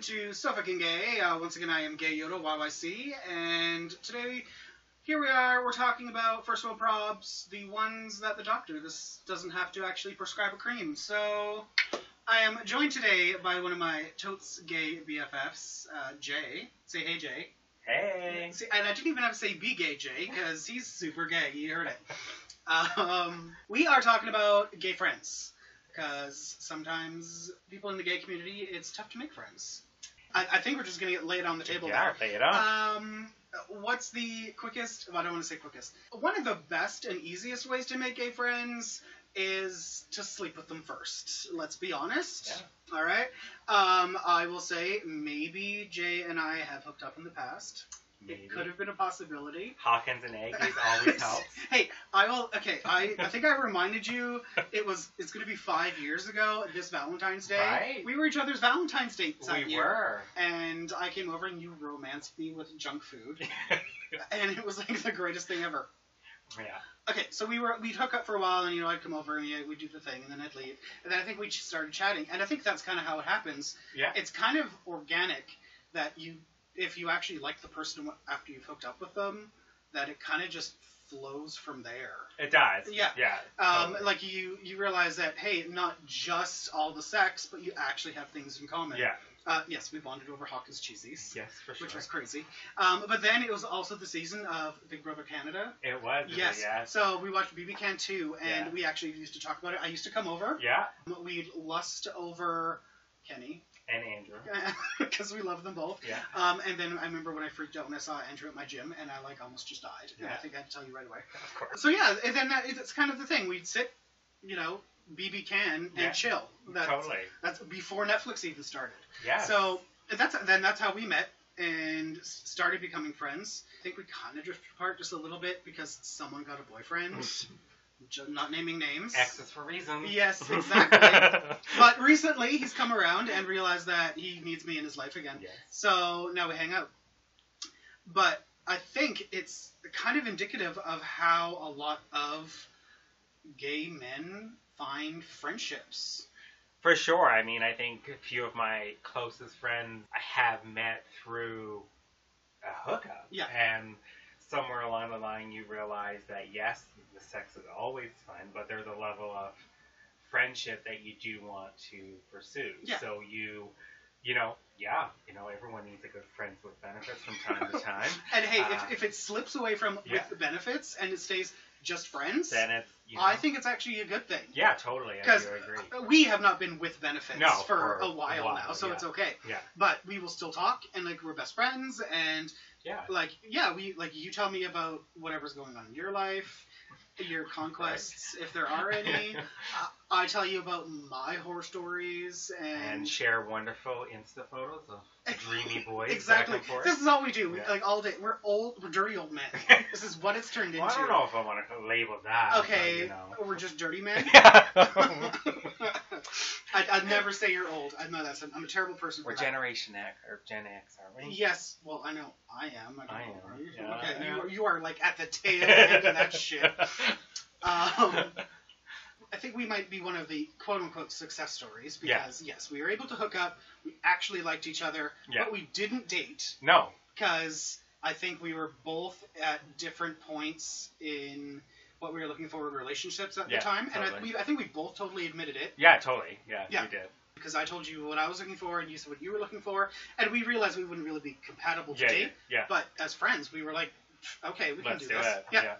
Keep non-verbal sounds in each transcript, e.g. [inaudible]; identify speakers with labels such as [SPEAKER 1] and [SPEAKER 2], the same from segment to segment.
[SPEAKER 1] to Stuff I Can Gay. Uh, once again, I am Gay Yoda, YYC, and today, here we are, we're talking about first world probs, the ones that the doctor, this doesn't have to actually prescribe a cream. So, I am joined today by one of my totes gay BFFs, uh, Jay. Say hey, Jay.
[SPEAKER 2] Hey.
[SPEAKER 1] See, and I didn't even have to say be gay, Jay, because he's super gay. You heard it. Um, we are talking about gay friends, because sometimes people in the gay community, it's tough to make friends. I, I think we're just going to lay it on the table
[SPEAKER 2] yeah,
[SPEAKER 1] there.
[SPEAKER 2] lay it on.
[SPEAKER 1] Um, what's the quickest? Well, I don't want to say quickest. One of the best and easiest ways to make gay friends is to sleep with them first. Let's be honest. All right. Um, I will say maybe Jay and I have hooked up in the past.
[SPEAKER 2] Maybe.
[SPEAKER 1] It could have been a possibility.
[SPEAKER 2] Hawkins and Aggies
[SPEAKER 1] [laughs]
[SPEAKER 2] always help.
[SPEAKER 1] Hey, I will. Okay, I, I think I reminded you. It was. It's gonna be five years ago. This Valentine's Day,
[SPEAKER 2] Right.
[SPEAKER 1] we were each other's Valentine's dates that
[SPEAKER 2] we
[SPEAKER 1] year.
[SPEAKER 2] were.
[SPEAKER 1] [laughs] And I came over and you romanced me with junk food, and it was like the greatest thing ever.
[SPEAKER 2] yeah.
[SPEAKER 1] Okay, so we were we'd hook up for a while, and you know I'd come over and yeah, we'd do the thing, and then I'd leave, and then I think we just started chatting, and I think that's kind of how it happens.
[SPEAKER 2] Yeah.
[SPEAKER 1] It's kind of organic that you, if you actually like the person after you've hooked up with them, that it kind of just flows from there.
[SPEAKER 2] It does.
[SPEAKER 1] Yeah.
[SPEAKER 2] Yeah.
[SPEAKER 1] Um,
[SPEAKER 2] totally.
[SPEAKER 1] Like you you realize that hey, not just all the sex, but you actually have things in common.
[SPEAKER 2] yeah.
[SPEAKER 1] Uh, yes, we bonded over Hawkins cheesies.
[SPEAKER 2] Yes, for sure.
[SPEAKER 1] Which was crazy, um, but then it was also the season of Big Brother Canada,
[SPEAKER 2] it was.
[SPEAKER 1] Yes.
[SPEAKER 2] Yes.
[SPEAKER 1] So we watched BB Can 2, and
[SPEAKER 2] Yeah.
[SPEAKER 1] we actually used to talk about it. I used to come over.
[SPEAKER 2] Yeah.
[SPEAKER 1] We'd lust over Kenny [laughs]
[SPEAKER 2] And Andrew.
[SPEAKER 1] because we love them both.
[SPEAKER 2] Yeah.
[SPEAKER 1] Um, and then I remember when I freaked out when I saw Andrew at my gym, and I like almost just died. And I
[SPEAKER 2] Yeah.
[SPEAKER 1] think I had to tell you right away.
[SPEAKER 2] Of course.
[SPEAKER 1] So yeah, and then that, it's kind of the thing. We'd sit, you know, BB Can and
[SPEAKER 2] Yeah.
[SPEAKER 1] chill. That's,
[SPEAKER 2] totally.
[SPEAKER 1] That's before Netflix even started.
[SPEAKER 2] Yeah.
[SPEAKER 1] So that's then that's how we met and s- started becoming friends. I think we kind of drifted apart just a little bit because someone got a boyfriend.
[SPEAKER 2] [laughs]
[SPEAKER 1] Ju- Not naming names.
[SPEAKER 2] Exes for reasons. [laughs]
[SPEAKER 1] Yes, exactly. but recently he's come around and realized that he needs me in his life again.
[SPEAKER 2] Yes.
[SPEAKER 1] So now we hang out. But I think it's kind of indicative of how a lot of gay men find friendships.
[SPEAKER 2] For sure. I mean, I think a few of my closest friends I have met through a hookup.
[SPEAKER 1] Yeah.
[SPEAKER 2] And somewhere along the line, you realize that yes, the sex is always fun, but there's a level of friendship that you do want to pursue.
[SPEAKER 1] Yeah.
[SPEAKER 2] So you, you know, yeah, you know, everyone needs a good friends with benefits from time
[SPEAKER 1] [laughs]
[SPEAKER 2] to time.
[SPEAKER 1] And hey,
[SPEAKER 2] Uh,
[SPEAKER 1] if, if it slips away from
[SPEAKER 2] yeah.
[SPEAKER 1] with the benefits and it stays just friends,
[SPEAKER 2] Then it's, you know,
[SPEAKER 1] I think it's actually a good thing.
[SPEAKER 2] yeah, totally. I
[SPEAKER 1] Because
[SPEAKER 2] do agree.
[SPEAKER 1] we have not been with benefits
[SPEAKER 2] No,
[SPEAKER 1] for,
[SPEAKER 2] for
[SPEAKER 1] a while,
[SPEAKER 2] a while,
[SPEAKER 1] now, so
[SPEAKER 2] yeah.
[SPEAKER 1] it's okay.
[SPEAKER 2] Yeah,
[SPEAKER 1] But we will still talk, and like we're best friends, and
[SPEAKER 2] yeah.
[SPEAKER 1] like yeah, we like you tell me about whatever's going on in your life, your conquests if there are
[SPEAKER 2] [laughs]
[SPEAKER 1] any. uh, I tell you about my horror stories
[SPEAKER 2] and share wonderful Insta photos
[SPEAKER 1] [laughs]
[SPEAKER 2] of dreamy boys.
[SPEAKER 1] Exactly.
[SPEAKER 2] Back and forth.
[SPEAKER 1] This is all we do. We,
[SPEAKER 2] Yeah.
[SPEAKER 1] Like all day. We're old. We're dirty old
[SPEAKER 2] [laughs]
[SPEAKER 1] men. this is what it's turned
[SPEAKER 2] Well,
[SPEAKER 1] into.
[SPEAKER 2] I don't know if I want to label that. but,
[SPEAKER 1] Okay,
[SPEAKER 2] you know.
[SPEAKER 1] we're just dirty
[SPEAKER 2] [laughs]
[SPEAKER 1] men. [laughs] I, I'd never say you're old. I know that's. I'm a terrible person. For
[SPEAKER 2] We're
[SPEAKER 1] that.
[SPEAKER 2] Generation X or Gen X, aren't we?
[SPEAKER 1] Yes, well, I know I am. I, don't
[SPEAKER 2] I
[SPEAKER 1] know
[SPEAKER 2] am.
[SPEAKER 1] about you.
[SPEAKER 2] Yeah,
[SPEAKER 1] okay,
[SPEAKER 2] yeah.
[SPEAKER 1] You, are, you are like
[SPEAKER 2] [laughs]
[SPEAKER 1] at the tail end of that shit. Um, I think we might be one of the quote unquote success stories
[SPEAKER 2] Yeah.
[SPEAKER 1] because yes, we were able to hook up. We actually liked each other,
[SPEAKER 2] Yeah.
[SPEAKER 1] but we didn't date
[SPEAKER 2] No.
[SPEAKER 1] because I think we were both at different points in what we were looking for in relationships at
[SPEAKER 2] Yeah,
[SPEAKER 1] the time, and I,
[SPEAKER 2] totally.
[SPEAKER 1] we, I think we both totally admitted it
[SPEAKER 2] Yeah, totally. Yeah,
[SPEAKER 1] Yeah.
[SPEAKER 2] we did.
[SPEAKER 1] because I told you what I was looking for and you said what you were looking for, and we realized we wouldn't really be compatible to
[SPEAKER 2] Yeah,
[SPEAKER 1] date.
[SPEAKER 2] yeah, yeah.
[SPEAKER 1] But as friends, we were like, okay, we can
[SPEAKER 2] Let's do
[SPEAKER 1] do, this.
[SPEAKER 2] it.
[SPEAKER 1] Yeah.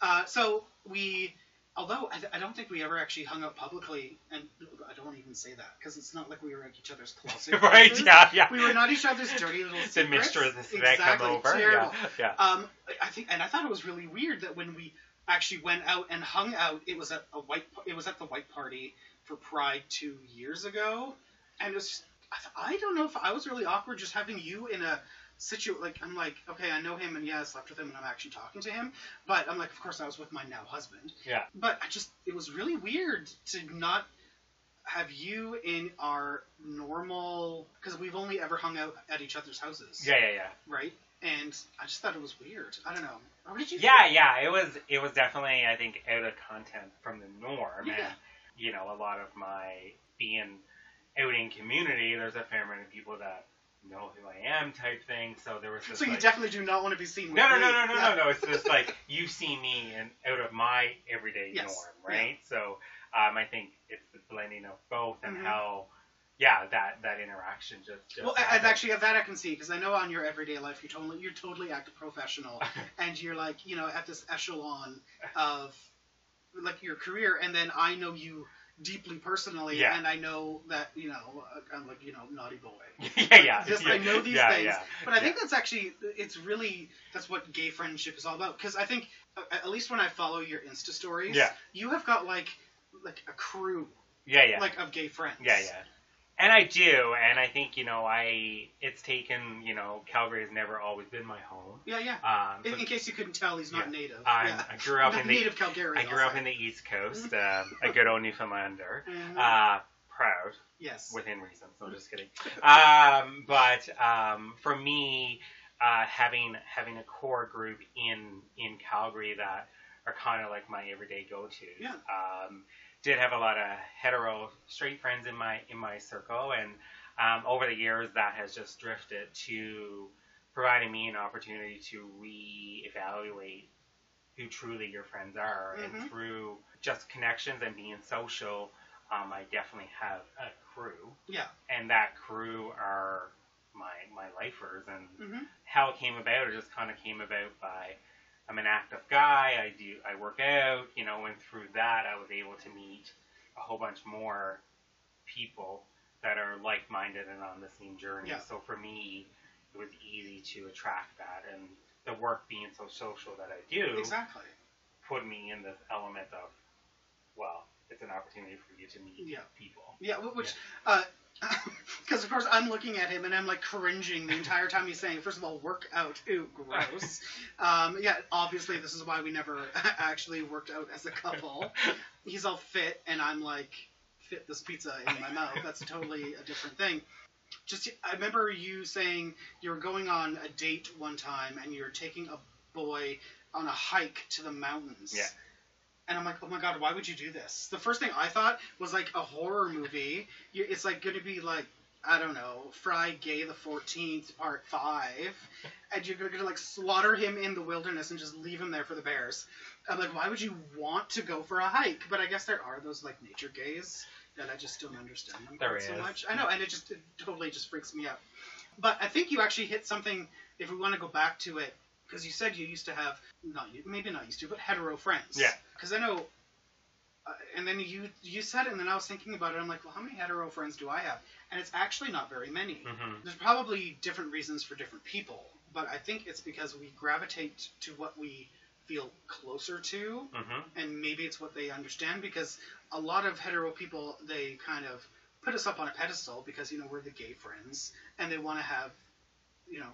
[SPEAKER 1] Uh, so we, although I, I don't think we ever actually hung out publicly, and I don't want to even say that because it's not like we were at each other's closet.
[SPEAKER 2] [laughs] right.
[SPEAKER 1] places.
[SPEAKER 2] Yeah, yeah.
[SPEAKER 1] We were not each other's dirty little
[SPEAKER 2] the
[SPEAKER 1] secrets.
[SPEAKER 2] mistress that
[SPEAKER 1] exactly,
[SPEAKER 2] come over.
[SPEAKER 1] Terrible.
[SPEAKER 2] Yeah, yeah.
[SPEAKER 1] Um, I think, and I thought it was really weird that when we actually went out and hung out, it was at a white, it was at the white party for Pride two years ago, and it was. Just, I, th- I don't know if I was really awkward just having you in a situ. Like I'm like, okay, I know him, and yeah, I slept with him, and I'm actually talking to him, but I'm like, of course, I was with my now husband.
[SPEAKER 2] Yeah.
[SPEAKER 1] But I just, it was really weird to not have you in our normal because we've only ever hung out at each other's houses
[SPEAKER 2] Yeah, yeah, yeah.
[SPEAKER 1] right? And I just thought it was weird. I don't know. What did you?
[SPEAKER 2] Yeah, yeah. It was it was definitely I think out of content from the norm,
[SPEAKER 1] Yeah.
[SPEAKER 2] and you know a lot of my being out in community, there's a fair amount of people that know who I am type thing. So there was this.
[SPEAKER 1] So you
[SPEAKER 2] like-
[SPEAKER 1] definitely do not want to be seen with
[SPEAKER 2] no, no,
[SPEAKER 1] me.
[SPEAKER 2] no, no, no,
[SPEAKER 1] Yeah.
[SPEAKER 2] no, no. It's just like you see me and out of my everyday
[SPEAKER 1] Yes.
[SPEAKER 2] norm, right? So um, I think it's the blending of both and
[SPEAKER 1] Mhm.
[SPEAKER 2] how, yeah, that that interaction just. just
[SPEAKER 1] Well, I, I've
[SPEAKER 2] happened.
[SPEAKER 1] actually that I can see because I know on your everyday life you totally you totally act
[SPEAKER 2] [laughs]
[SPEAKER 1] professional and you're like you know at this echelon of like your career and then I know you deeply personally
[SPEAKER 2] Yeah.
[SPEAKER 1] and I know that you know uh, I'm like you know naughty boy.
[SPEAKER 2] [laughs] yeah, yeah.
[SPEAKER 1] [laughs] Just,
[SPEAKER 2] yeah,
[SPEAKER 1] I know these
[SPEAKER 2] yeah,
[SPEAKER 1] things,
[SPEAKER 2] Yeah.
[SPEAKER 1] But I think that's actually it's really that's what gay friendship is all about because I think uh, at least when I follow your Insta stories,
[SPEAKER 2] Yeah.
[SPEAKER 1] you have got like like a crew
[SPEAKER 2] Yeah, yeah.
[SPEAKER 1] like of gay friends.
[SPEAKER 2] Yeah, yeah. And I do, and I think you know, I it's taken you know, Calgary has never always been my home.
[SPEAKER 1] yeah, yeah.
[SPEAKER 2] Um,
[SPEAKER 1] In,
[SPEAKER 2] so
[SPEAKER 1] in case you couldn't tell, he's not native.
[SPEAKER 2] I'm-
[SPEAKER 1] yeah.
[SPEAKER 2] I grew up in the
[SPEAKER 1] native Mm-hmm. Calgarian.
[SPEAKER 2] I grew
[SPEAKER 1] I'll
[SPEAKER 2] up
[SPEAKER 1] say.
[SPEAKER 2] in the East Coast, um, a good old Newfoundlander.
[SPEAKER 1] Mhm.
[SPEAKER 2] Uh, proud
[SPEAKER 1] yes.
[SPEAKER 2] within reason. So I'm just kidding. Um, but um, for me, uh, having having a core group in in Calgary that are kind of like my everyday go to.
[SPEAKER 1] Yeah.
[SPEAKER 2] Um, did have a lot of hetero straight friends in my in my circle, and um, over the years that has just drifted to providing me an opportunity to reevaluate who truly your friends are,
[SPEAKER 1] Mhm.
[SPEAKER 2] and through just connections and being social, um, I definitely have a crew,
[SPEAKER 1] yeah.
[SPEAKER 2] and that crew are my my lifers. And
[SPEAKER 1] Mhm.
[SPEAKER 2] how it came about, it just kind of came about by I'm an active guy. I do I work out, you know, and through that I was able to meet a whole bunch more people that are like minded and on the same journey.
[SPEAKER 1] Yeah.
[SPEAKER 2] So for me, it was easy to attract that, and the work being so social that I do
[SPEAKER 1] Exactly.
[SPEAKER 2] put me in this element of well. It's an opportunity for you to meet
[SPEAKER 1] Yeah.
[SPEAKER 2] people.
[SPEAKER 1] Yeah. wh- Which, uh, [laughs] because of course I'm looking at him and I'm like cringing the entire time he's saying. First of all, work out. Ew, gross. um, yeah. Obviously, this is why we never [laughs] actually worked out as a couple. He's all fit and I'm like fit this pizza in my mouth. That's totally a different thing. Just I remember you saying you were going on a date one time and you're taking a boy on a hike to the mountains.
[SPEAKER 2] Yeah.
[SPEAKER 1] And I'm like, oh my god, why would you do this? The first thing I thought was like a horror movie. You- It's like going to be like I don't know, Fry Gay the Fourteenth Part Five, and you're going to like slaughter him in the wilderness and just leave him there for the bears. I'm like, why would you want to go for a hike? But I guess there are those like nature gays that I just don't understand them
[SPEAKER 2] There
[SPEAKER 1] quite so
[SPEAKER 2] is.
[SPEAKER 1] much. I know, and it just it totally just freaks me out. But I think you actually hit something. If we want to go back to it, because you said you used to have not you- maybe not used to, but hetero friends.
[SPEAKER 2] Yeah.
[SPEAKER 1] Because I know. Uh, and then you you said it, and then I was thinking about it. I'm like, well, how many hetero friends do I have? And it's actually not very many.
[SPEAKER 2] hmm
[SPEAKER 1] There's probably different reasons for different people, but I think it's because we gravitate to what we feel closer to,
[SPEAKER 2] hmm
[SPEAKER 1] and maybe it's what they understand. Because a lot of hetero people, they kind of put us up on a pedestal because you know we're the gay friends, and they want to have, you know,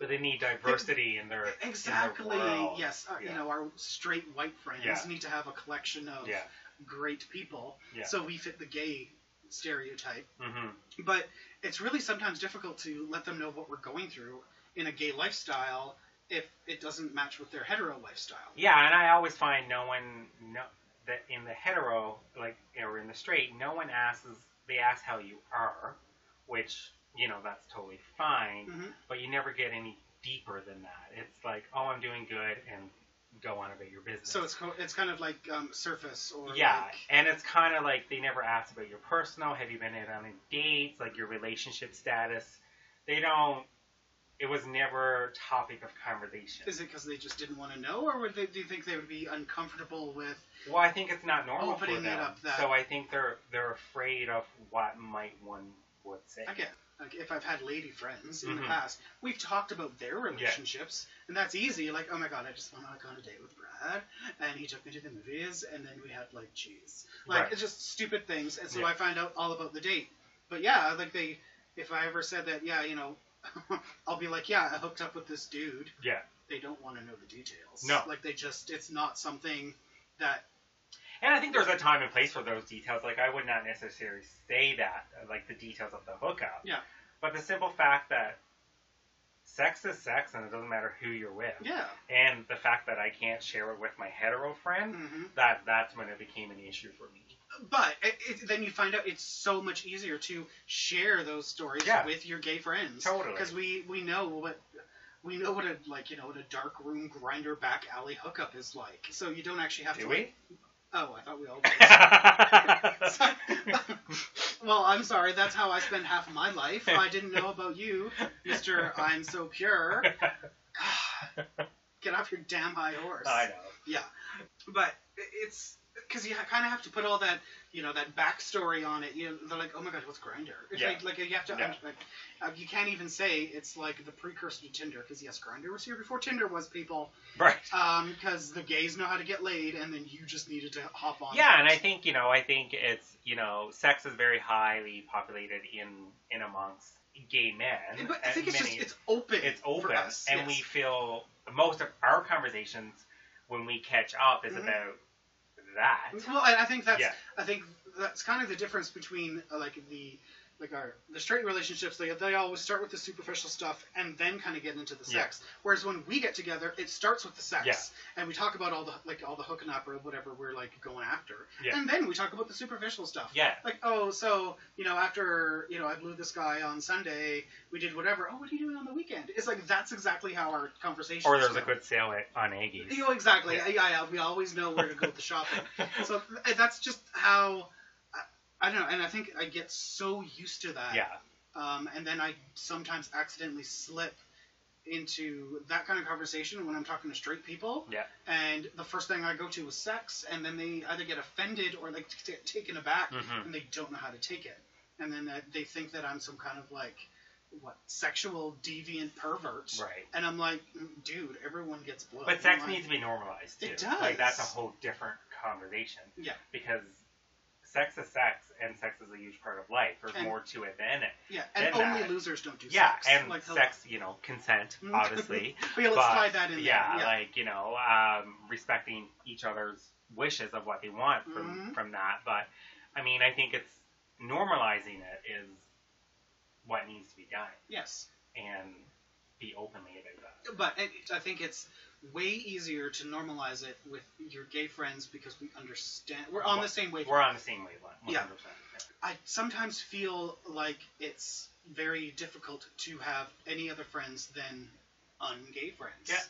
[SPEAKER 2] But they need diversity
[SPEAKER 1] [coughs]
[SPEAKER 2] in their
[SPEAKER 1] exactly
[SPEAKER 2] In their world.
[SPEAKER 1] yes, uh, you
[SPEAKER 2] Yeah.
[SPEAKER 1] know, our straight white friends
[SPEAKER 2] Yeah.
[SPEAKER 1] need to have a collection of
[SPEAKER 2] Yeah.
[SPEAKER 1] great people,
[SPEAKER 2] Yeah.
[SPEAKER 1] so we fit the gay stereotype.
[SPEAKER 2] hmm
[SPEAKER 1] but it's really sometimes difficult to let them know what we're going through in a gay lifestyle if it doesn't match with their hetero lifestyle.
[SPEAKER 2] Yeah, and I always find no one no that in the hetero like or in the straight, no one asks. They ask how you are, which you know that's totally fine.
[SPEAKER 1] Mhm.
[SPEAKER 2] But you never get any deeper than that. It's like, oh, I'm doing good, and go on about your business.
[SPEAKER 1] So it's co- it's kind of like um, surface or
[SPEAKER 2] yeah,
[SPEAKER 1] like-
[SPEAKER 2] and it's kind of like they never ask about your personal. Have you been out on any dates? Like your relationship status. They don't. It was never topic of conversation.
[SPEAKER 1] is it because they just didn't want to know, or would they, do you think they would be uncomfortable with?
[SPEAKER 2] Well, I think it's not normal
[SPEAKER 1] Opening
[SPEAKER 2] for
[SPEAKER 1] it
[SPEAKER 2] them.
[SPEAKER 1] up that-
[SPEAKER 2] So I think they're they're afraid of what might one would say.
[SPEAKER 1] I get like if I've had lady friends in the
[SPEAKER 2] Mhm.
[SPEAKER 1] past, we've talked about their relationships, and that's easy. Like, oh my god, I just went out on a date with Brad, and he took me to the movies, and then we had like cheese. Like
[SPEAKER 2] Right.
[SPEAKER 1] it's just stupid things, and so
[SPEAKER 2] Yeah.
[SPEAKER 1] I find out all about the date. But yeah, like they, if I ever said that, yeah, you know, [laughs] I'll be like, yeah, I hooked up with this dude.
[SPEAKER 2] Yeah.
[SPEAKER 1] They don't want to know the details.
[SPEAKER 2] No.
[SPEAKER 1] like they just, it's not something that
[SPEAKER 2] And I think there's a time and place for those details. Like I would not necessarily say that, like the details of the hookup.
[SPEAKER 1] Yeah.
[SPEAKER 2] But the simple fact that sex is sex, and it doesn't matter who you're with.
[SPEAKER 1] yeah.
[SPEAKER 2] And the fact that I can't share it with my hetero friend,
[SPEAKER 1] hmm
[SPEAKER 2] that that's when it became an issue for me.
[SPEAKER 1] but it, it, then you find out it's so much easier to share those stories
[SPEAKER 2] Yeah.
[SPEAKER 1] with your gay friends
[SPEAKER 2] Totally.
[SPEAKER 1] because we we know what we know what a like you know what a dark room grinder back alley hookup is like so you don't actually have
[SPEAKER 2] Do
[SPEAKER 1] to
[SPEAKER 2] we?
[SPEAKER 1] oh i thought we all
[SPEAKER 2] [laughs]
[SPEAKER 1] [laughs]
[SPEAKER 2] I
[SPEAKER 1] well i'm sorry that's how i spend half of my life i didn't know about you mr i'm so
[SPEAKER 2] [laughs]
[SPEAKER 1] pure [sighs] get off your damn high horse
[SPEAKER 2] know.
[SPEAKER 1] yeah, but it's because you kind of have to put all that you know that backstory on it. You know, they're like, oh my god, what's Grinder?
[SPEAKER 2] Yeah.
[SPEAKER 1] Like, like you have to.
[SPEAKER 2] Yeah.
[SPEAKER 1] Like, uh, you can't even say it's like the precursor to Tinder because yes, Grinder was here before Tinder was people.
[SPEAKER 2] Right.
[SPEAKER 1] Because the gays know how to get laid, and then you just needed to hop on.
[SPEAKER 2] Yeah, and I think you know, I think it's you know, sex is very highly populated in in amongst gay men.
[SPEAKER 1] But I
[SPEAKER 2] and
[SPEAKER 1] think it's just
[SPEAKER 2] many-
[SPEAKER 1] it's open.
[SPEAKER 2] it's open,
[SPEAKER 1] for us,
[SPEAKER 2] and
[SPEAKER 1] yes.
[SPEAKER 2] we feel most of our conversations when we catch up is
[SPEAKER 1] Mhm.
[SPEAKER 2] about that.
[SPEAKER 1] Well, and I think that's
[SPEAKER 2] Yeah.
[SPEAKER 1] I think that's kind of the difference between uh, like the like our the straight relationships. They they always start with the superficial stuff and then kind of get into the
[SPEAKER 2] Yeah.
[SPEAKER 1] sex. Whereas when we get together, it starts with the sex
[SPEAKER 2] Yeah.
[SPEAKER 1] and we talk about all the like all the hooking up or whatever we're like going after,
[SPEAKER 2] Yeah.
[SPEAKER 1] and then we talk about the superficial stuff.
[SPEAKER 2] Yeah.
[SPEAKER 1] Like oh, so you know after you know I blew this guy on Sunday, we did whatever. Oh, what are you doing on the weekend? It's like that's exactly how our conversation.
[SPEAKER 2] Or there's a good sale at- on Aggies.
[SPEAKER 1] [laughs] You
[SPEAKER 2] [laughs]
[SPEAKER 1] know, exactly.
[SPEAKER 2] Yeah.
[SPEAKER 1] Yeah. yeah, We always know where to go with the shopping so th- that's just how I, I don't know and i think i get so used to that [laughs]
[SPEAKER 2] yeah.
[SPEAKER 1] um, and then i sometimes accidentally slip into that kind of conversation when i'm talking to straight people
[SPEAKER 2] Yeah.
[SPEAKER 1] and the first thing i go to is sex and then they either get offended or like t- t- taken aback
[SPEAKER 2] Mhm.
[SPEAKER 1] and they don't know how to take it and then that- they think that i'm some kind of like what sexual deviant pervert
[SPEAKER 2] Right.
[SPEAKER 1] and i'm like "Mm, dude everyone gets blown
[SPEAKER 2] But sex
[SPEAKER 1] Like,
[SPEAKER 2] needs to be normalized too.
[SPEAKER 1] It
[SPEAKER 2] Like that's a
[SPEAKER 1] does.
[SPEAKER 2] whole different conversation.
[SPEAKER 1] Yeah.
[SPEAKER 2] Because sex is sex, and sex is a huge part of life. There's
[SPEAKER 1] And-
[SPEAKER 2] more to it than it.
[SPEAKER 1] yeah and
[SPEAKER 2] then
[SPEAKER 1] only
[SPEAKER 2] that-
[SPEAKER 1] losers don't do
[SPEAKER 2] Yeah,
[SPEAKER 1] sex
[SPEAKER 2] and
[SPEAKER 1] Like, hello.
[SPEAKER 2] sex, you know,
[SPEAKER 1] [laughs]
[SPEAKER 2] consent,
[SPEAKER 1] Mm.
[SPEAKER 2] obviously.
[SPEAKER 1] But yeah, let's
[SPEAKER 2] But,
[SPEAKER 1] slide that in
[SPEAKER 2] yeah,
[SPEAKER 1] there. Yeah.
[SPEAKER 2] like you know, um, respecting each other's wishes of what they want from
[SPEAKER 1] Mhm.
[SPEAKER 2] from that. But I mean, I think it's normalizing it is what needs to be done,
[SPEAKER 1] yes.
[SPEAKER 2] and be openly about that.
[SPEAKER 1] But it, I think it's way easier to normalize it with your gay friends because we understand. We're on the same wavelength.
[SPEAKER 2] We're on the same wavelength.
[SPEAKER 1] Yeah.
[SPEAKER 2] 100%.
[SPEAKER 1] I sometimes feel like it's very difficult to have any other friends than un-gay friends.
[SPEAKER 2] Yeah.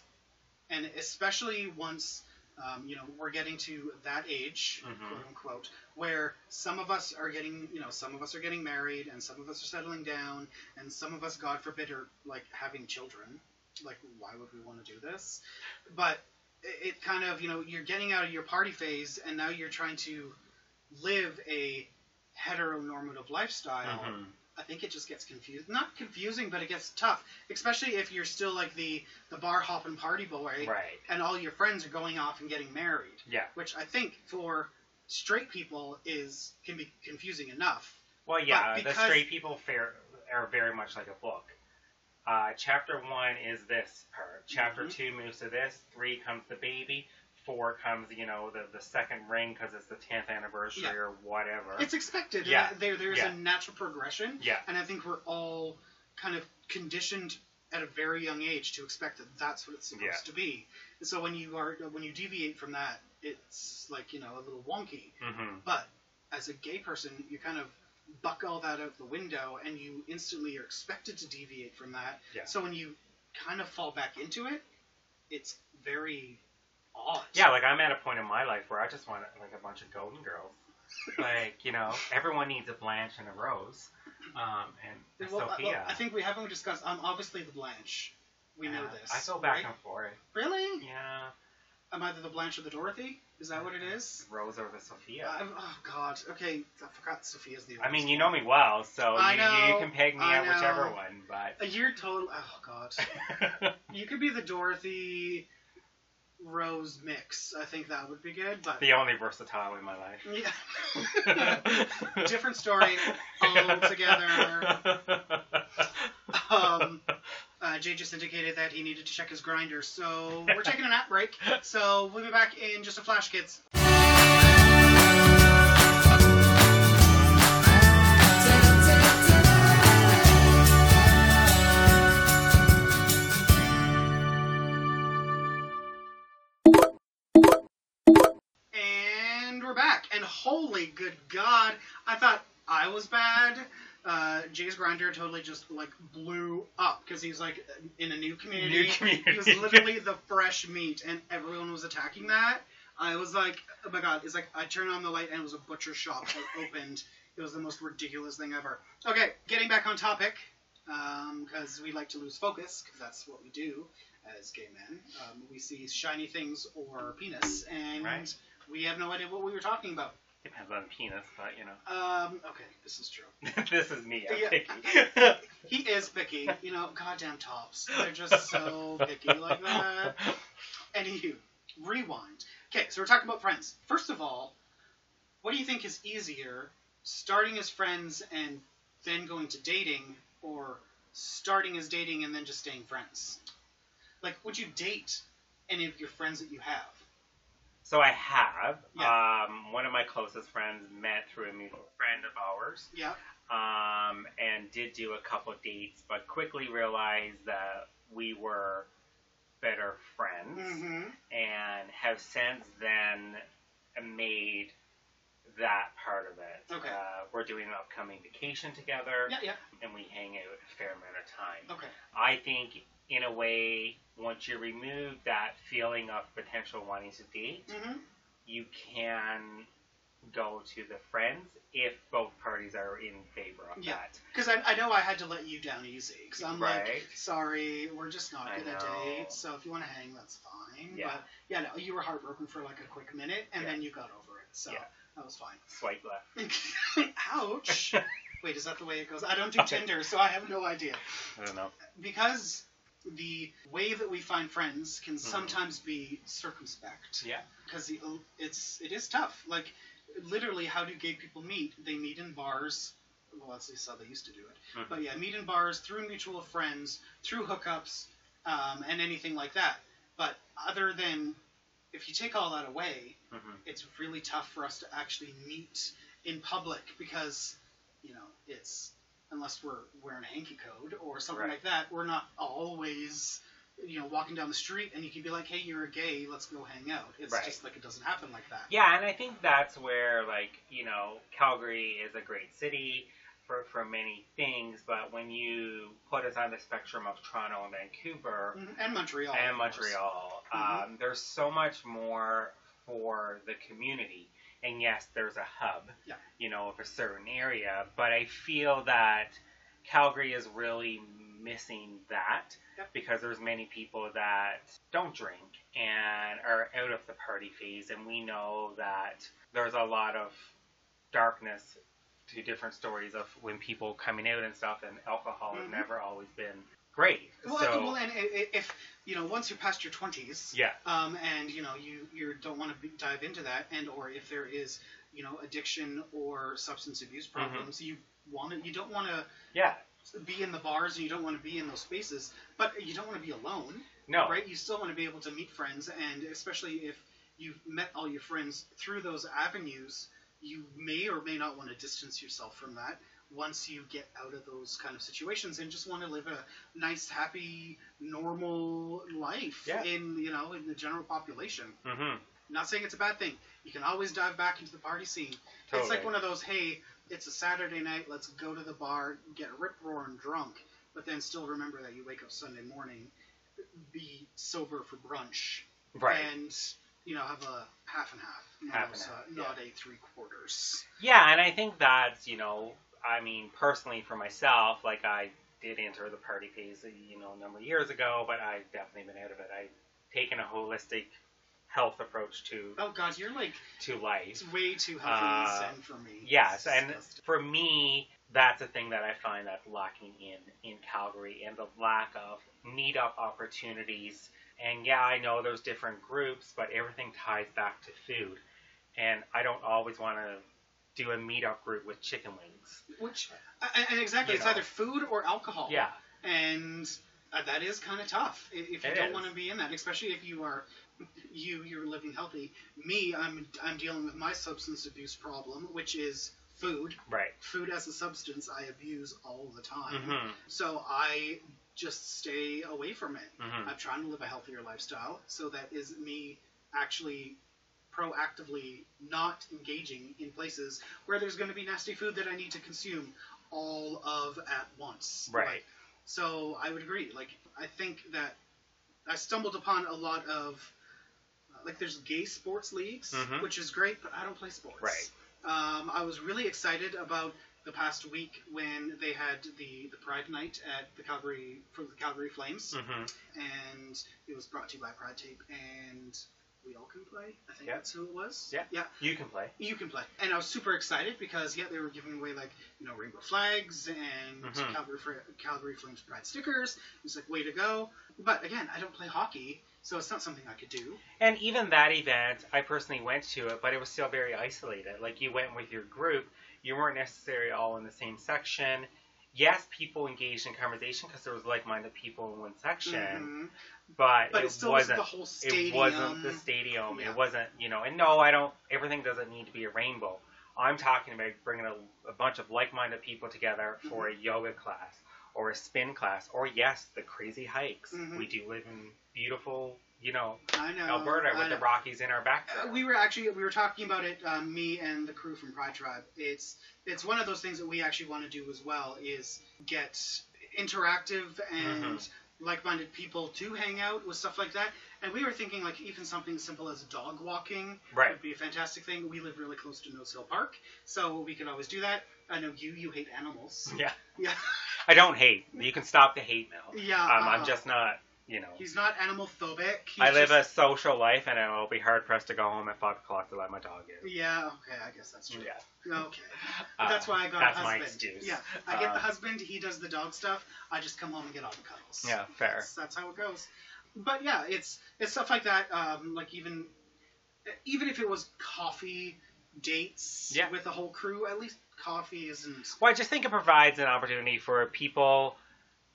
[SPEAKER 1] And especially once, um, you know, we're getting to that age,
[SPEAKER 2] Mhm.
[SPEAKER 1] quote unquote, where some of us are getting, you know, some of us are getting married, and some of us are settling down, and some of us, God forbid, are like having children. Like, why would we want to do this? But it- it kind of, you know, you're getting out of your party phase, and now you're trying to live a heteronormative lifestyle,
[SPEAKER 2] Mhm.
[SPEAKER 1] I think it just gets confused. Not confusing, but it gets tough, especially if you're still like the the bar hopping party boy,
[SPEAKER 2] Right.
[SPEAKER 1] and all your friends are going off and getting married,
[SPEAKER 2] Yeah.
[SPEAKER 1] which I think for straight people is can be confusing enough.
[SPEAKER 2] Well,
[SPEAKER 1] But
[SPEAKER 2] yeah, the
[SPEAKER 1] because-
[SPEAKER 2] straight people fare are very much like a book. Uh, chapter one is this part. Chapter
[SPEAKER 1] Mhm.
[SPEAKER 2] two moves to this. Three comes the baby. Four comes, you know, the, the second ring because it's the tenth anniversary
[SPEAKER 1] Yeah.
[SPEAKER 2] or whatever.
[SPEAKER 1] It's expected. and
[SPEAKER 2] Yeah.
[SPEAKER 1] that There, there's
[SPEAKER 2] Yeah.
[SPEAKER 1] a natural progression,
[SPEAKER 2] yeah,
[SPEAKER 1] and I think we're all kind of conditioned at a very young age to expect that that's what it's supposed
[SPEAKER 2] Yeah.
[SPEAKER 1] to be. And so when you are when you deviate from that, it's like you know a little wonky.
[SPEAKER 2] hmm
[SPEAKER 1] But as a gay person, you kind of buck all that out the window and you instantly are expected to deviate from that.
[SPEAKER 2] Yeah.
[SPEAKER 1] So when you kind of fall back into it, it's very odd.
[SPEAKER 2] yeah. Like I'm at a point in my life where I just want like a bunch of
[SPEAKER 1] [laughs]
[SPEAKER 2] golden girls. like you know, everyone needs a Blanche and a Rose, um, and a
[SPEAKER 1] Well, I-
[SPEAKER 2] Sophia.
[SPEAKER 1] well, I think we haven't discussed. Um, obviously the Blanche. We know
[SPEAKER 2] Uh,
[SPEAKER 1] this.
[SPEAKER 2] I go back
[SPEAKER 1] right?
[SPEAKER 2] and forth.
[SPEAKER 1] Really?
[SPEAKER 2] Yeah,
[SPEAKER 1] I'm either the Blanche or the Dorothy. Is that what it is?
[SPEAKER 2] Rose over Sophia.
[SPEAKER 1] I'm- oh God. Okay, I forgot Sophia's the.
[SPEAKER 2] I mean,
[SPEAKER 1] oldest
[SPEAKER 2] you know me well, so
[SPEAKER 1] I
[SPEAKER 2] you,
[SPEAKER 1] know,
[SPEAKER 2] you can peg me
[SPEAKER 1] I
[SPEAKER 2] at whichever
[SPEAKER 1] know.
[SPEAKER 2] one, but.
[SPEAKER 1] one. A year total. Oh
[SPEAKER 2] [laughs]
[SPEAKER 1] God. you could be the Dorothy, Rose mix. I think that would be good. But
[SPEAKER 2] the only versatile in my life.
[SPEAKER 1] [laughs] Yeah. [laughs] Different story altogether. Um, uh, Jay just indicated that he needed to check his grinder, so we're taking a nap break.
[SPEAKER 2] [laughs]
[SPEAKER 1] So we'll be back in just a flash, kids. And we're were back, and holy good god, I thought I was bad. Uh, Jay's grinder totally just like blew up because he's like in a new community.
[SPEAKER 2] New community.
[SPEAKER 1] He was literally the fresh meat, and everyone was attacking that. I was like, oh my god! It's like I turned on the light, and it was a butcher shop that opened. It was the most ridiculous thing ever. Okay, getting back on topic, because we like to lose focus, because that's what we do as gay men. Um, we see shiny things or penis, and
[SPEAKER 2] Right.
[SPEAKER 1] we have no idea what we were talking about.
[SPEAKER 2] [laughs] Depends on penis, but you know,
[SPEAKER 1] Um, okay, this is true.
[SPEAKER 2] [laughs] this is me. I'm
[SPEAKER 1] Yeah.
[SPEAKER 2] picky.
[SPEAKER 1] He is picky. You know, goddamn tops. They're just so picky like that. Anywho, rewind. Okay, so we're talking about friends. First of all, what do you think is easier, starting as friends and then going to dating, or starting as dating and then just staying friends? Like, would you date any of your friends that you have?
[SPEAKER 2] So I have um, one of my closest friends met through a mutual friend of ours,
[SPEAKER 1] Yeah.
[SPEAKER 2] um, and did do a couple dates, but quickly realized that we were better friends,
[SPEAKER 1] Mm-hmm.
[SPEAKER 2] and have since then made that part of it.
[SPEAKER 1] Okay.
[SPEAKER 2] Uh, we're doing an upcoming vacation together,
[SPEAKER 1] Yeah, yeah.
[SPEAKER 2] and we hang out a fair amount of time.
[SPEAKER 1] Okay.
[SPEAKER 2] I think, in a way, once you remove that feeling of potential wanting to date,
[SPEAKER 1] Mm-hmm.
[SPEAKER 2] you can go to the friends if both parties are in favor of
[SPEAKER 1] Yeah.
[SPEAKER 2] that.
[SPEAKER 1] Because I, I know I had to let you down easy. Because I'm like,
[SPEAKER 2] Right.
[SPEAKER 1] sorry, we're just not
[SPEAKER 2] I
[SPEAKER 1] going to
[SPEAKER 2] know.
[SPEAKER 1] date. So if you want to hang, that's fine.
[SPEAKER 2] Yeah.
[SPEAKER 1] But yeah, no, you were heartbroken for like a quick minute and
[SPEAKER 2] Yeah.
[SPEAKER 1] then you got over it. So
[SPEAKER 2] Yeah.
[SPEAKER 1] that was fine. [laughs]
[SPEAKER 2] Swipe left. [laughs]
[SPEAKER 1] Ouch. Wait, is that the way it goes? I don't do
[SPEAKER 2] Okay.
[SPEAKER 1] Tinder, so I have no idea.
[SPEAKER 2] I don't know.
[SPEAKER 1] Because the way that we find friends can
[SPEAKER 2] Mm-hmm.
[SPEAKER 1] sometimes be circumspect.
[SPEAKER 2] Yeah.
[SPEAKER 1] because it's it is tough. Like literally, how do gay people meet? They meet in bars. Well, that's at least how they used to do it.
[SPEAKER 2] Mhm.
[SPEAKER 1] But yeah, meet in bars through mutual friends, through hookups, um, and anything like that. But other than if you take all that away,
[SPEAKER 2] Mhm.
[SPEAKER 1] it's really tough for us to actually meet in public because you know it's unless we're wearing a hanky code or something
[SPEAKER 2] Right.
[SPEAKER 1] like that, we're not always you know walking down the street and you can be like, hey, you're a gay, let's go hang out. It's
[SPEAKER 2] Right.
[SPEAKER 1] just like it doesn't happen like that.
[SPEAKER 2] Yeah, and I think that's where, like, you know, Calgary is a great city for, for many things, but when you put us on the spectrum of Toronto and Vancouver
[SPEAKER 1] Mhm. And Montreal.
[SPEAKER 2] and
[SPEAKER 1] of course.
[SPEAKER 2] Montreal,
[SPEAKER 1] Mhm.
[SPEAKER 2] um, there's so much more for the community. And yes, there's a hub,
[SPEAKER 1] Yeah.
[SPEAKER 2] you know, of a certain area, but I feel that Calgary is really missing that
[SPEAKER 1] Yep.
[SPEAKER 2] because there's many people that don't drink and are out of the party phase and we know that there's a lot of darkness to different stories of when people coming out and stuff and alcohol
[SPEAKER 1] Mhm.
[SPEAKER 2] has never always been great.
[SPEAKER 1] Well,
[SPEAKER 2] so
[SPEAKER 1] well, and i- i- if you know, once you're past your twenties,
[SPEAKER 2] yeah.
[SPEAKER 1] um, and you know you you don't want to be, dive into that and or if there is you know addiction or substance abuse
[SPEAKER 2] Mm-hmm.
[SPEAKER 1] problems you want to you don't want to
[SPEAKER 2] Yeah.
[SPEAKER 1] be in the bars and you don't want to be in those spaces but you don't want to be alone
[SPEAKER 2] No.
[SPEAKER 1] right you still want to be able to meet friends and especially if you've met all your friends through those avenues you may or may not want to distance yourself from that once you get out of those kind of situations and just want to live a nice happy normal life
[SPEAKER 2] Yeah.
[SPEAKER 1] in you know in the general population
[SPEAKER 2] Mm-hmm.
[SPEAKER 1] not saying it's a bad thing. You can always dive back into the party scene. It's like
[SPEAKER 2] Totally.
[SPEAKER 1] one of those, hey, it's a Saturday night, let's go to the bar, get rip roaring drunk, but then still remember that you wake up Sunday morning, be sober for brunch,
[SPEAKER 2] Right.
[SPEAKER 1] and you know have a half and half, not,
[SPEAKER 2] Half and
[SPEAKER 1] uh,
[SPEAKER 2] half,
[SPEAKER 1] not a three quarters.
[SPEAKER 2] Yeah, and I think that's, you know, I mean, personally for myself, like I did enter the party phase, you know, a number of years ago, but I've definitely been out of it. I've taken a holistic health approach to
[SPEAKER 1] Oh God, you're like
[SPEAKER 2] to life.
[SPEAKER 1] it's way too healthy
[SPEAKER 2] Uh,
[SPEAKER 1] and zen for me.
[SPEAKER 2] Yes,
[SPEAKER 1] It's
[SPEAKER 2] and
[SPEAKER 1] disgusting.
[SPEAKER 2] for me, that's a thing that I find that's lacking in in Calgary and the lack of meet up opportunities. And yeah, I know there's different groups, but everything ties back to food. And I don't always want to do a meetup group with chicken wings.
[SPEAKER 1] which and, and exactly,
[SPEAKER 2] You
[SPEAKER 1] it's
[SPEAKER 2] know.
[SPEAKER 1] either food or alcohol.
[SPEAKER 2] Yeah.
[SPEAKER 1] and uh, that is kind of tough i- if you
[SPEAKER 2] It
[SPEAKER 1] don't
[SPEAKER 2] is.
[SPEAKER 1] want to be in that, especially if you are [laughs] you you're living healthy. Me, I'm I'm dealing with my substance abuse problem, which is food.
[SPEAKER 2] Right.
[SPEAKER 1] Food as a substance I abuse all the time,
[SPEAKER 2] hmm
[SPEAKER 1] so I just stay away from it.
[SPEAKER 2] hmm
[SPEAKER 1] I'm trying to live a healthier lifestyle, so that is me actually proactively not engaging in places where there's going to be nasty food that I need to consume all of at once.
[SPEAKER 2] Right.
[SPEAKER 1] Like, so I would agree. Like I think that I stumbled upon a lot of uh, like there's gay sports leagues,
[SPEAKER 2] Mhm.
[SPEAKER 1] which is great, but I don't play sports.
[SPEAKER 2] Right.
[SPEAKER 1] Um, I was really excited about the past week when they had the, the Pride Night at the Calgary for the Calgary Flames,
[SPEAKER 2] hmm
[SPEAKER 1] and it was brought to you by Pride Tape, and we all can play. I think
[SPEAKER 2] Yeah.
[SPEAKER 1] that's who it was.
[SPEAKER 2] Yeah.
[SPEAKER 1] Yeah.
[SPEAKER 2] You can play.
[SPEAKER 1] You can play. And I was super excited because, yeah, they were giving away, like, you know, rainbow flags and
[SPEAKER 2] Mhm.
[SPEAKER 1] Calgary, Fr- Calgary Flames Pride stickers. It was like, way to go. But again, I don't play hockey, so it's not something I could do.
[SPEAKER 2] And even that event, I personally went to it, but it was still very isolated. Like you went with your group, you weren't necessarily all in the same section. Yes, people engaged in conversation because there was like-minded people in one
[SPEAKER 1] Mhm.
[SPEAKER 2] section, but,
[SPEAKER 1] But
[SPEAKER 2] it,
[SPEAKER 1] it, still wasn't
[SPEAKER 2] wasn't.
[SPEAKER 1] the whole
[SPEAKER 2] it
[SPEAKER 1] stadium.
[SPEAKER 2] wasn't the stadium.
[SPEAKER 1] Yeah.
[SPEAKER 2] It wasn't, you know. And no, I don't. Everything doesn't need to be a rainbow. I'm talking about bringing a, a bunch of like-minded people together for
[SPEAKER 1] Mm-hmm.
[SPEAKER 2] a yoga class or a spin class, or yes, the crazy hikes.
[SPEAKER 1] Mhm.
[SPEAKER 2] We do live in beautiful, you know,
[SPEAKER 1] I know.
[SPEAKER 2] Alberta
[SPEAKER 1] Um, I
[SPEAKER 2] with the
[SPEAKER 1] know.
[SPEAKER 2] Rockies in our background.
[SPEAKER 1] Uh, we were actually we were talking about it, um, me and the crew from Pride Tribe. It's it's one of those things that we actually want to do as well is get interactive and
[SPEAKER 2] Mm-hmm.
[SPEAKER 1] like-minded people to hang out with stuff like that. And we were thinking like even something simple as dog walking
[SPEAKER 2] right.
[SPEAKER 1] would be a fantastic thing. We live really close to Nose Hill Park, so we could always do that. I know you you hate animals.
[SPEAKER 2] Yeah.
[SPEAKER 1] Yeah,
[SPEAKER 2] I don't hate. You can stop the hate now.
[SPEAKER 1] yeah.
[SPEAKER 2] Um,
[SPEAKER 1] uh,
[SPEAKER 2] I'm just not, you know.
[SPEAKER 1] He's not animal phobic.
[SPEAKER 2] I live a social life, and it'll be hard pressed to go home at five o'clock to let my dog in.
[SPEAKER 1] Yeah. Okay. I guess that's true.
[SPEAKER 2] Yeah.
[SPEAKER 1] Okay.
[SPEAKER 2] Uh,
[SPEAKER 1] that's why I got
[SPEAKER 2] that's
[SPEAKER 1] a
[SPEAKER 2] my
[SPEAKER 1] husband.
[SPEAKER 2] excuse.
[SPEAKER 1] Yeah, I get
[SPEAKER 2] Uh,
[SPEAKER 1] the husband. He does the dog stuff. I just come home and get all the cuddles.
[SPEAKER 2] Yeah, fair.
[SPEAKER 1] that's, that's how it goes. But yeah, it's it's stuff like that. Um, like even even if it was coffee dates
[SPEAKER 2] Yeah.
[SPEAKER 1] with the whole crew, at least coffee isn't.
[SPEAKER 2] Well, I just think it provides an opportunity for people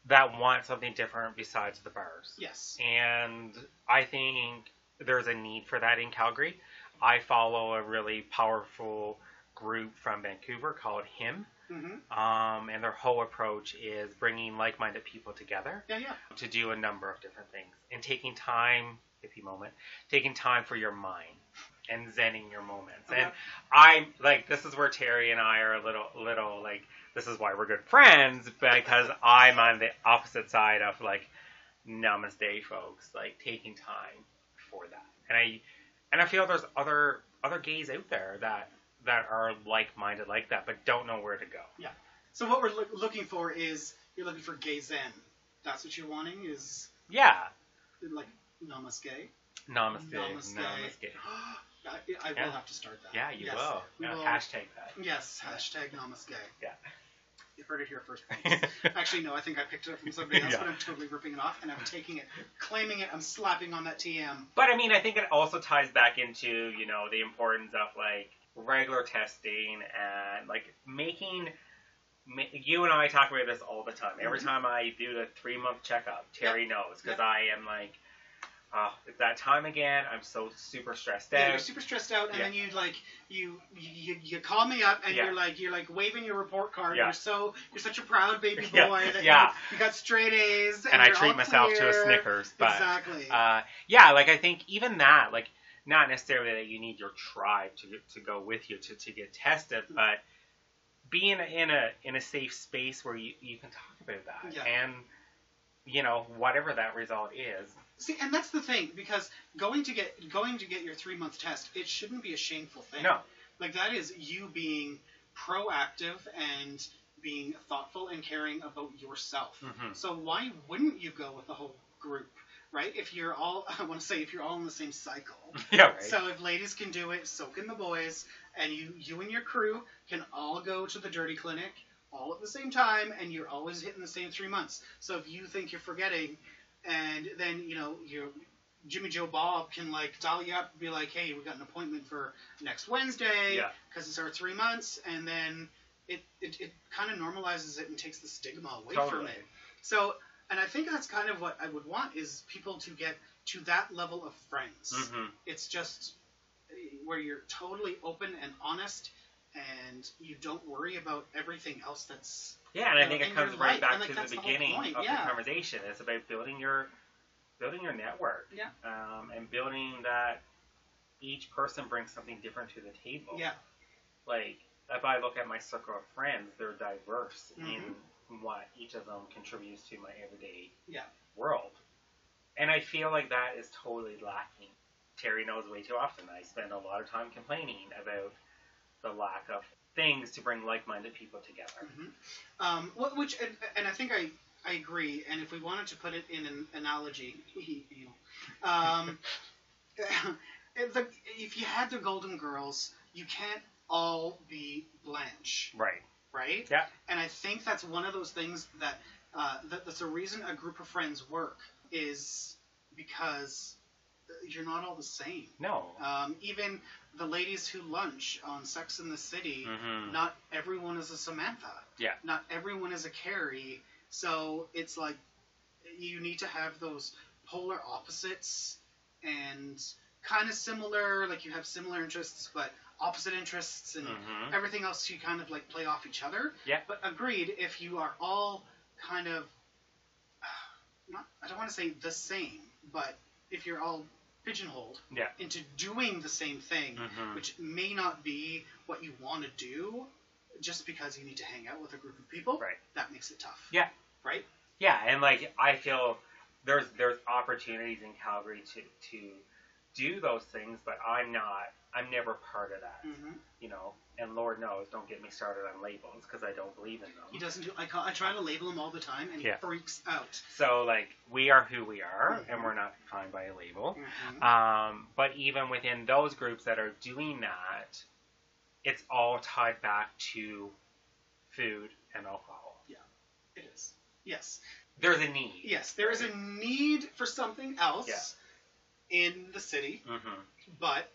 [SPEAKER 2] that want something different besides the bars.
[SPEAKER 1] Yes.
[SPEAKER 2] and I think there's a need for that in Calgary. I follow a really powerful group from Vancouver called Him,
[SPEAKER 1] Mm-hmm.
[SPEAKER 2] um, and their whole approach is bringing like-minded people together
[SPEAKER 1] Yeah, yeah.
[SPEAKER 2] to do a number of different things and taking time, hippie moment, taking time for your mind and zenning your moments. And
[SPEAKER 1] Okay.
[SPEAKER 2] I'm like, this is where Terry and I are a little, little like, this is why we're good friends because I'm on the opposite side of like, namaste, folks, like taking time for that. And I, and I feel there's other other gays out there that that are like-minded like that, but don't know where to go.
[SPEAKER 1] So what we're loo- looking for is you're looking for gay zen. That's what you're wanting is
[SPEAKER 2] Yeah,
[SPEAKER 1] like namaste.
[SPEAKER 2] namaste,
[SPEAKER 1] Namaste.
[SPEAKER 2] namaste.
[SPEAKER 1] [gasps] I, I will
[SPEAKER 2] Yeah.
[SPEAKER 1] have to start that.
[SPEAKER 2] Yeah, you
[SPEAKER 1] Yes,
[SPEAKER 2] will.
[SPEAKER 1] we
[SPEAKER 2] Yeah,
[SPEAKER 1] will.
[SPEAKER 2] Hashtag that.
[SPEAKER 1] Yes, hashtag namaste.
[SPEAKER 2] Yeah.
[SPEAKER 1] You heard it here
[SPEAKER 2] [laughs]
[SPEAKER 1] first. folks. Actually, no, I think I picked it up from somebody else,
[SPEAKER 2] Yeah.
[SPEAKER 1] but I'm totally ripping it off and I'm taking it, claiming it, I'm slapping on that TM.
[SPEAKER 2] But I mean, I think it also ties back into you know the importance of like regular testing and like making. ma- You and I talk about this all the time. Every
[SPEAKER 1] Mhm.
[SPEAKER 2] time I do the three month checkup, Terry knows because
[SPEAKER 1] Yeah.
[SPEAKER 2] I am like, oh, it's that time again. I'm so super stressed
[SPEAKER 1] Yeah,
[SPEAKER 2] out.
[SPEAKER 1] you're super stressed out, and
[SPEAKER 2] Yeah.
[SPEAKER 1] then you like you you, you call me up, and
[SPEAKER 2] Yeah.
[SPEAKER 1] you're like you're like waving your report card.
[SPEAKER 2] Yeah.
[SPEAKER 1] You're so you're such a proud baby boy
[SPEAKER 2] Yeah,
[SPEAKER 1] that
[SPEAKER 2] yeah.
[SPEAKER 1] You, you got straight A's, and,
[SPEAKER 2] and I
[SPEAKER 1] you're all
[SPEAKER 2] treat myself to a
[SPEAKER 1] clear.
[SPEAKER 2] Snickers, but
[SPEAKER 1] exactly.
[SPEAKER 2] uh, yeah, like I think even that, like not necessarily that you need your tribe to to go with you to, to get tested,
[SPEAKER 1] Mm-hmm.
[SPEAKER 2] but being in a in a safe space where you, you can talk about that
[SPEAKER 1] Yeah.
[SPEAKER 2] and you know whatever that result is.
[SPEAKER 1] See, and that's the thing because going to get going to get your three month test, it shouldn't be a shameful thing.
[SPEAKER 2] No,
[SPEAKER 1] Like that is you being proactive and being thoughtful and caring about yourself.
[SPEAKER 2] Mhm.
[SPEAKER 1] So why wouldn't you go with the whole group, right? If you're all [laughs] I want to say if you're all in the same cycle.
[SPEAKER 2] [laughs] yeah, right.
[SPEAKER 1] So if ladies can do it, so can the boys, and you you and your crew can all go to the dirty clinic all at the same time, and you're always hitting the same three months. So if you think you're forgetting, and then you know you Jimmy Joe Bob can like dial you up and be like, hey, we got an appointment for next Wednesday
[SPEAKER 2] Yeah.
[SPEAKER 1] because it's our three months, and then it it, it kind of normalizes it and takes the stigma away from
[SPEAKER 2] Totally.
[SPEAKER 1] it. So and I think that's kind of what I would want is people to get to that level of friends
[SPEAKER 2] Mhm.
[SPEAKER 1] it's just eh, where you're totally open and honest and you don't worry about everything else that's
[SPEAKER 2] Yeah, and I
[SPEAKER 1] And-
[SPEAKER 2] think it
[SPEAKER 1] and you're
[SPEAKER 2] comes right
[SPEAKER 1] right,
[SPEAKER 2] back
[SPEAKER 1] and, like,
[SPEAKER 2] to
[SPEAKER 1] that's
[SPEAKER 2] the
[SPEAKER 1] the whole
[SPEAKER 2] beginning
[SPEAKER 1] point,
[SPEAKER 2] of
[SPEAKER 1] yeah.
[SPEAKER 2] the conversation. It's about building your building your network.
[SPEAKER 1] Yeah.
[SPEAKER 2] Um, and building that each person brings something different to the table.
[SPEAKER 1] Yeah.
[SPEAKER 2] Like if I look at my circle of friends, they're diverse
[SPEAKER 1] Mhm.
[SPEAKER 2] in what each of them contributes to my everyday
[SPEAKER 1] Yeah.
[SPEAKER 2] world. And I feel like that is totally lacking. Terry knows way too often. I spend a lot of time complaining about the lack of things to bring like minded people together.
[SPEAKER 1] Um, wh- which, and, and I think I, I agree. And if we wanted to put it in an analogy, [laughs] you know, um, [laughs] the, if you had the Golden Girls, you can't all be Blanche,
[SPEAKER 2] Right.
[SPEAKER 1] right?
[SPEAKER 2] Yeah.
[SPEAKER 1] And I think that's one of those things that, uh, that that's a reason a group of friends work is because you're not all the same.
[SPEAKER 2] No.
[SPEAKER 1] Um, even the ladies who lunch on Sex in the City
[SPEAKER 2] hmm
[SPEAKER 1] not everyone is a Samantha.
[SPEAKER 2] Yeah.
[SPEAKER 1] Not everyone is a Carrie. So it's like you need to have those polar opposites and kind of similar, like you have similar interests, but opposite interests and
[SPEAKER 2] hmm
[SPEAKER 1] everything else you kind of like play off each other.
[SPEAKER 2] Yeah.
[SPEAKER 1] But agreed, if you are all kind of, [sighs] not, I don't want to say the same, but if you're all pigeonholed
[SPEAKER 2] Yeah.
[SPEAKER 1] into doing the same thing,
[SPEAKER 2] hmm
[SPEAKER 1] which may not be what you want to do just because you need to hang out with a group of people.
[SPEAKER 2] Right.
[SPEAKER 1] That makes it tough.
[SPEAKER 2] Yeah.
[SPEAKER 1] Right?
[SPEAKER 2] Yeah, and like I feel there's there's opportunities in Calgary to to do those things, but I'm not I'm never part of that,
[SPEAKER 1] hmm
[SPEAKER 2] you know. And Lord knows, don't get me started on labels because I don't believe in
[SPEAKER 1] He
[SPEAKER 2] them.
[SPEAKER 1] doesn't do. I, call, I try to label him all the time, and
[SPEAKER 2] Yeah.
[SPEAKER 1] he freaks out.
[SPEAKER 2] So like we are who we are,
[SPEAKER 1] Mhm.
[SPEAKER 2] and we're not defined by a label.
[SPEAKER 1] Mhm.
[SPEAKER 2] Um, but even within those groups that are doing that, it's all tied back to food and alcohol.
[SPEAKER 1] It is. Yes.
[SPEAKER 2] There's a need.
[SPEAKER 1] Yes. There is a need for something else in the city,
[SPEAKER 2] hmm
[SPEAKER 1] but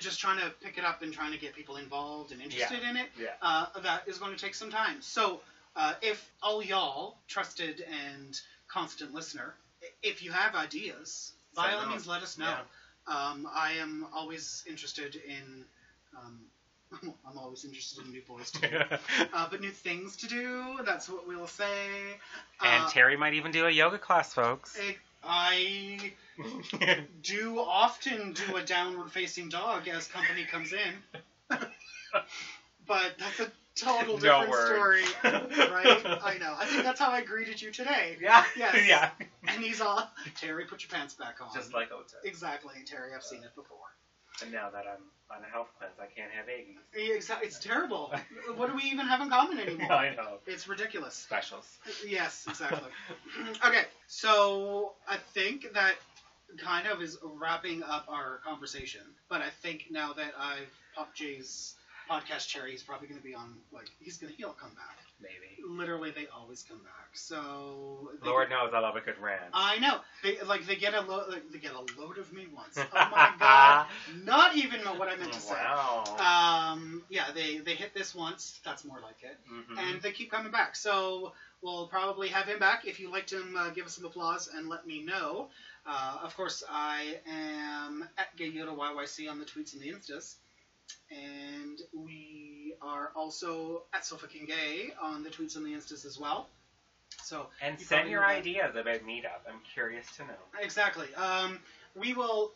[SPEAKER 1] just trying to pick it up and trying to get people involved and interested in it
[SPEAKER 2] [laughs] Yeah.
[SPEAKER 1] uh, that is going to take some time. So, uh, if all y'all, trusted and constant listener, i- if you have ideas, by
[SPEAKER 2] Send
[SPEAKER 1] all
[SPEAKER 2] them.
[SPEAKER 1] means let us know.
[SPEAKER 2] Yeah.
[SPEAKER 1] Um, I am always interested in. Um, [laughs] I'm always interested in new boys to
[SPEAKER 2] [laughs]
[SPEAKER 1] do, uh, but new things to do. That's what we'll say.
[SPEAKER 2] and
[SPEAKER 1] Uh,
[SPEAKER 2] Terry might even do a yoga class, folks. [laughs]
[SPEAKER 1] I- I do often do a downward facing dog as company comes in,
[SPEAKER 2] [laughs]
[SPEAKER 1] [laughs] but that's a total different
[SPEAKER 2] [laughs]
[SPEAKER 1] story. right? I know. I think that's how I greeted you today.
[SPEAKER 2] Yeah.
[SPEAKER 1] Yes.
[SPEAKER 2] [laughs] Yeah.
[SPEAKER 1] And he's all, Terry, put your pants back on.
[SPEAKER 2] Just like Ota.
[SPEAKER 1] exactly, Terry. I've seen it before.
[SPEAKER 2] And now that I'm on a health cleanse, I can't have eggs.
[SPEAKER 1] Yeah, exa- It's terrible. what do we even have in common anymore?
[SPEAKER 2] [laughs] I know.
[SPEAKER 1] It's ridiculous.
[SPEAKER 2] Specials.
[SPEAKER 1] Yes, exactly. [clears throat] okay, so I think that kind of is wrapping up our conversation. But I think now that I've popped Jay's podcast cherry, he's probably going to be on. Like he's going to he'll come back.
[SPEAKER 2] Maybe.
[SPEAKER 1] Literally, they always come back. So they-
[SPEAKER 2] Lord knows I love a good rant.
[SPEAKER 1] I know. They like they get a lo- like, they get a load of me
[SPEAKER 2] [laughs]
[SPEAKER 1] once. Oh my god! Not even know what I meant to say.
[SPEAKER 2] wow.
[SPEAKER 1] Um, yeah, they they hit this once. That's more like it.
[SPEAKER 2] Mhm.
[SPEAKER 1] And they keep coming back. So we'll probably have him back. If you liked him, uh, give us some applause and let me know. Uh, of course, I am at GayYodaYYC on the tweets and the instas. And we are also at Sofa King Gay on the tweets and the instas as well. So
[SPEAKER 2] And
[SPEAKER 1] You
[SPEAKER 2] send
[SPEAKER 1] probably
[SPEAKER 2] your
[SPEAKER 1] know that.
[SPEAKER 2] ideas about Meetup. I'm curious to know.
[SPEAKER 1] Exactly. Um, we will.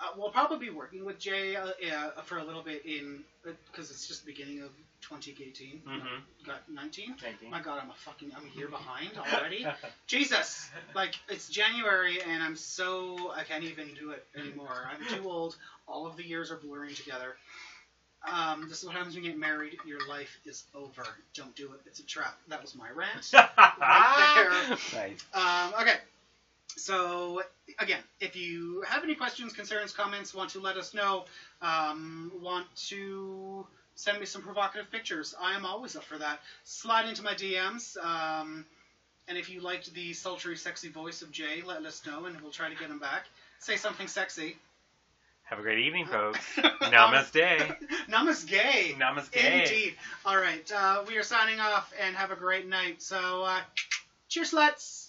[SPEAKER 1] Uh, we'll probably be working with Jay uh, uh, for a little bit in because it's just the beginning of 2018.
[SPEAKER 2] Mhm.
[SPEAKER 1] Got 19.
[SPEAKER 2] Thank you.
[SPEAKER 1] My God, I'm a fucking I'm a year behind
[SPEAKER 2] [laughs]
[SPEAKER 1] already. Jesus, like it's January and I'm so I can't even do it anymore. I'm too old. All of the years are blurring together. Um, this is what happens when you get married. Your life is over. Don't do it. It's a trap. That was my rant. Right
[SPEAKER 2] Nice.
[SPEAKER 1] Um, okay. So, again, if you have any questions, concerns, comments, want to let us know, um, want to send me some provocative pictures, I am always up for that. Slide into my DMs. Um, and if you liked the sultry, sexy voice of Jay, let us know and we'll try to get him back. Say something sexy.
[SPEAKER 2] Have a great evening, folks.
[SPEAKER 1] [laughs] Namaste.
[SPEAKER 2] Namaste.
[SPEAKER 1] Namaste.
[SPEAKER 2] Namaste.
[SPEAKER 1] Indeed. All right. Uh, we are signing off and have a great night. So, uh, cheers, sluts.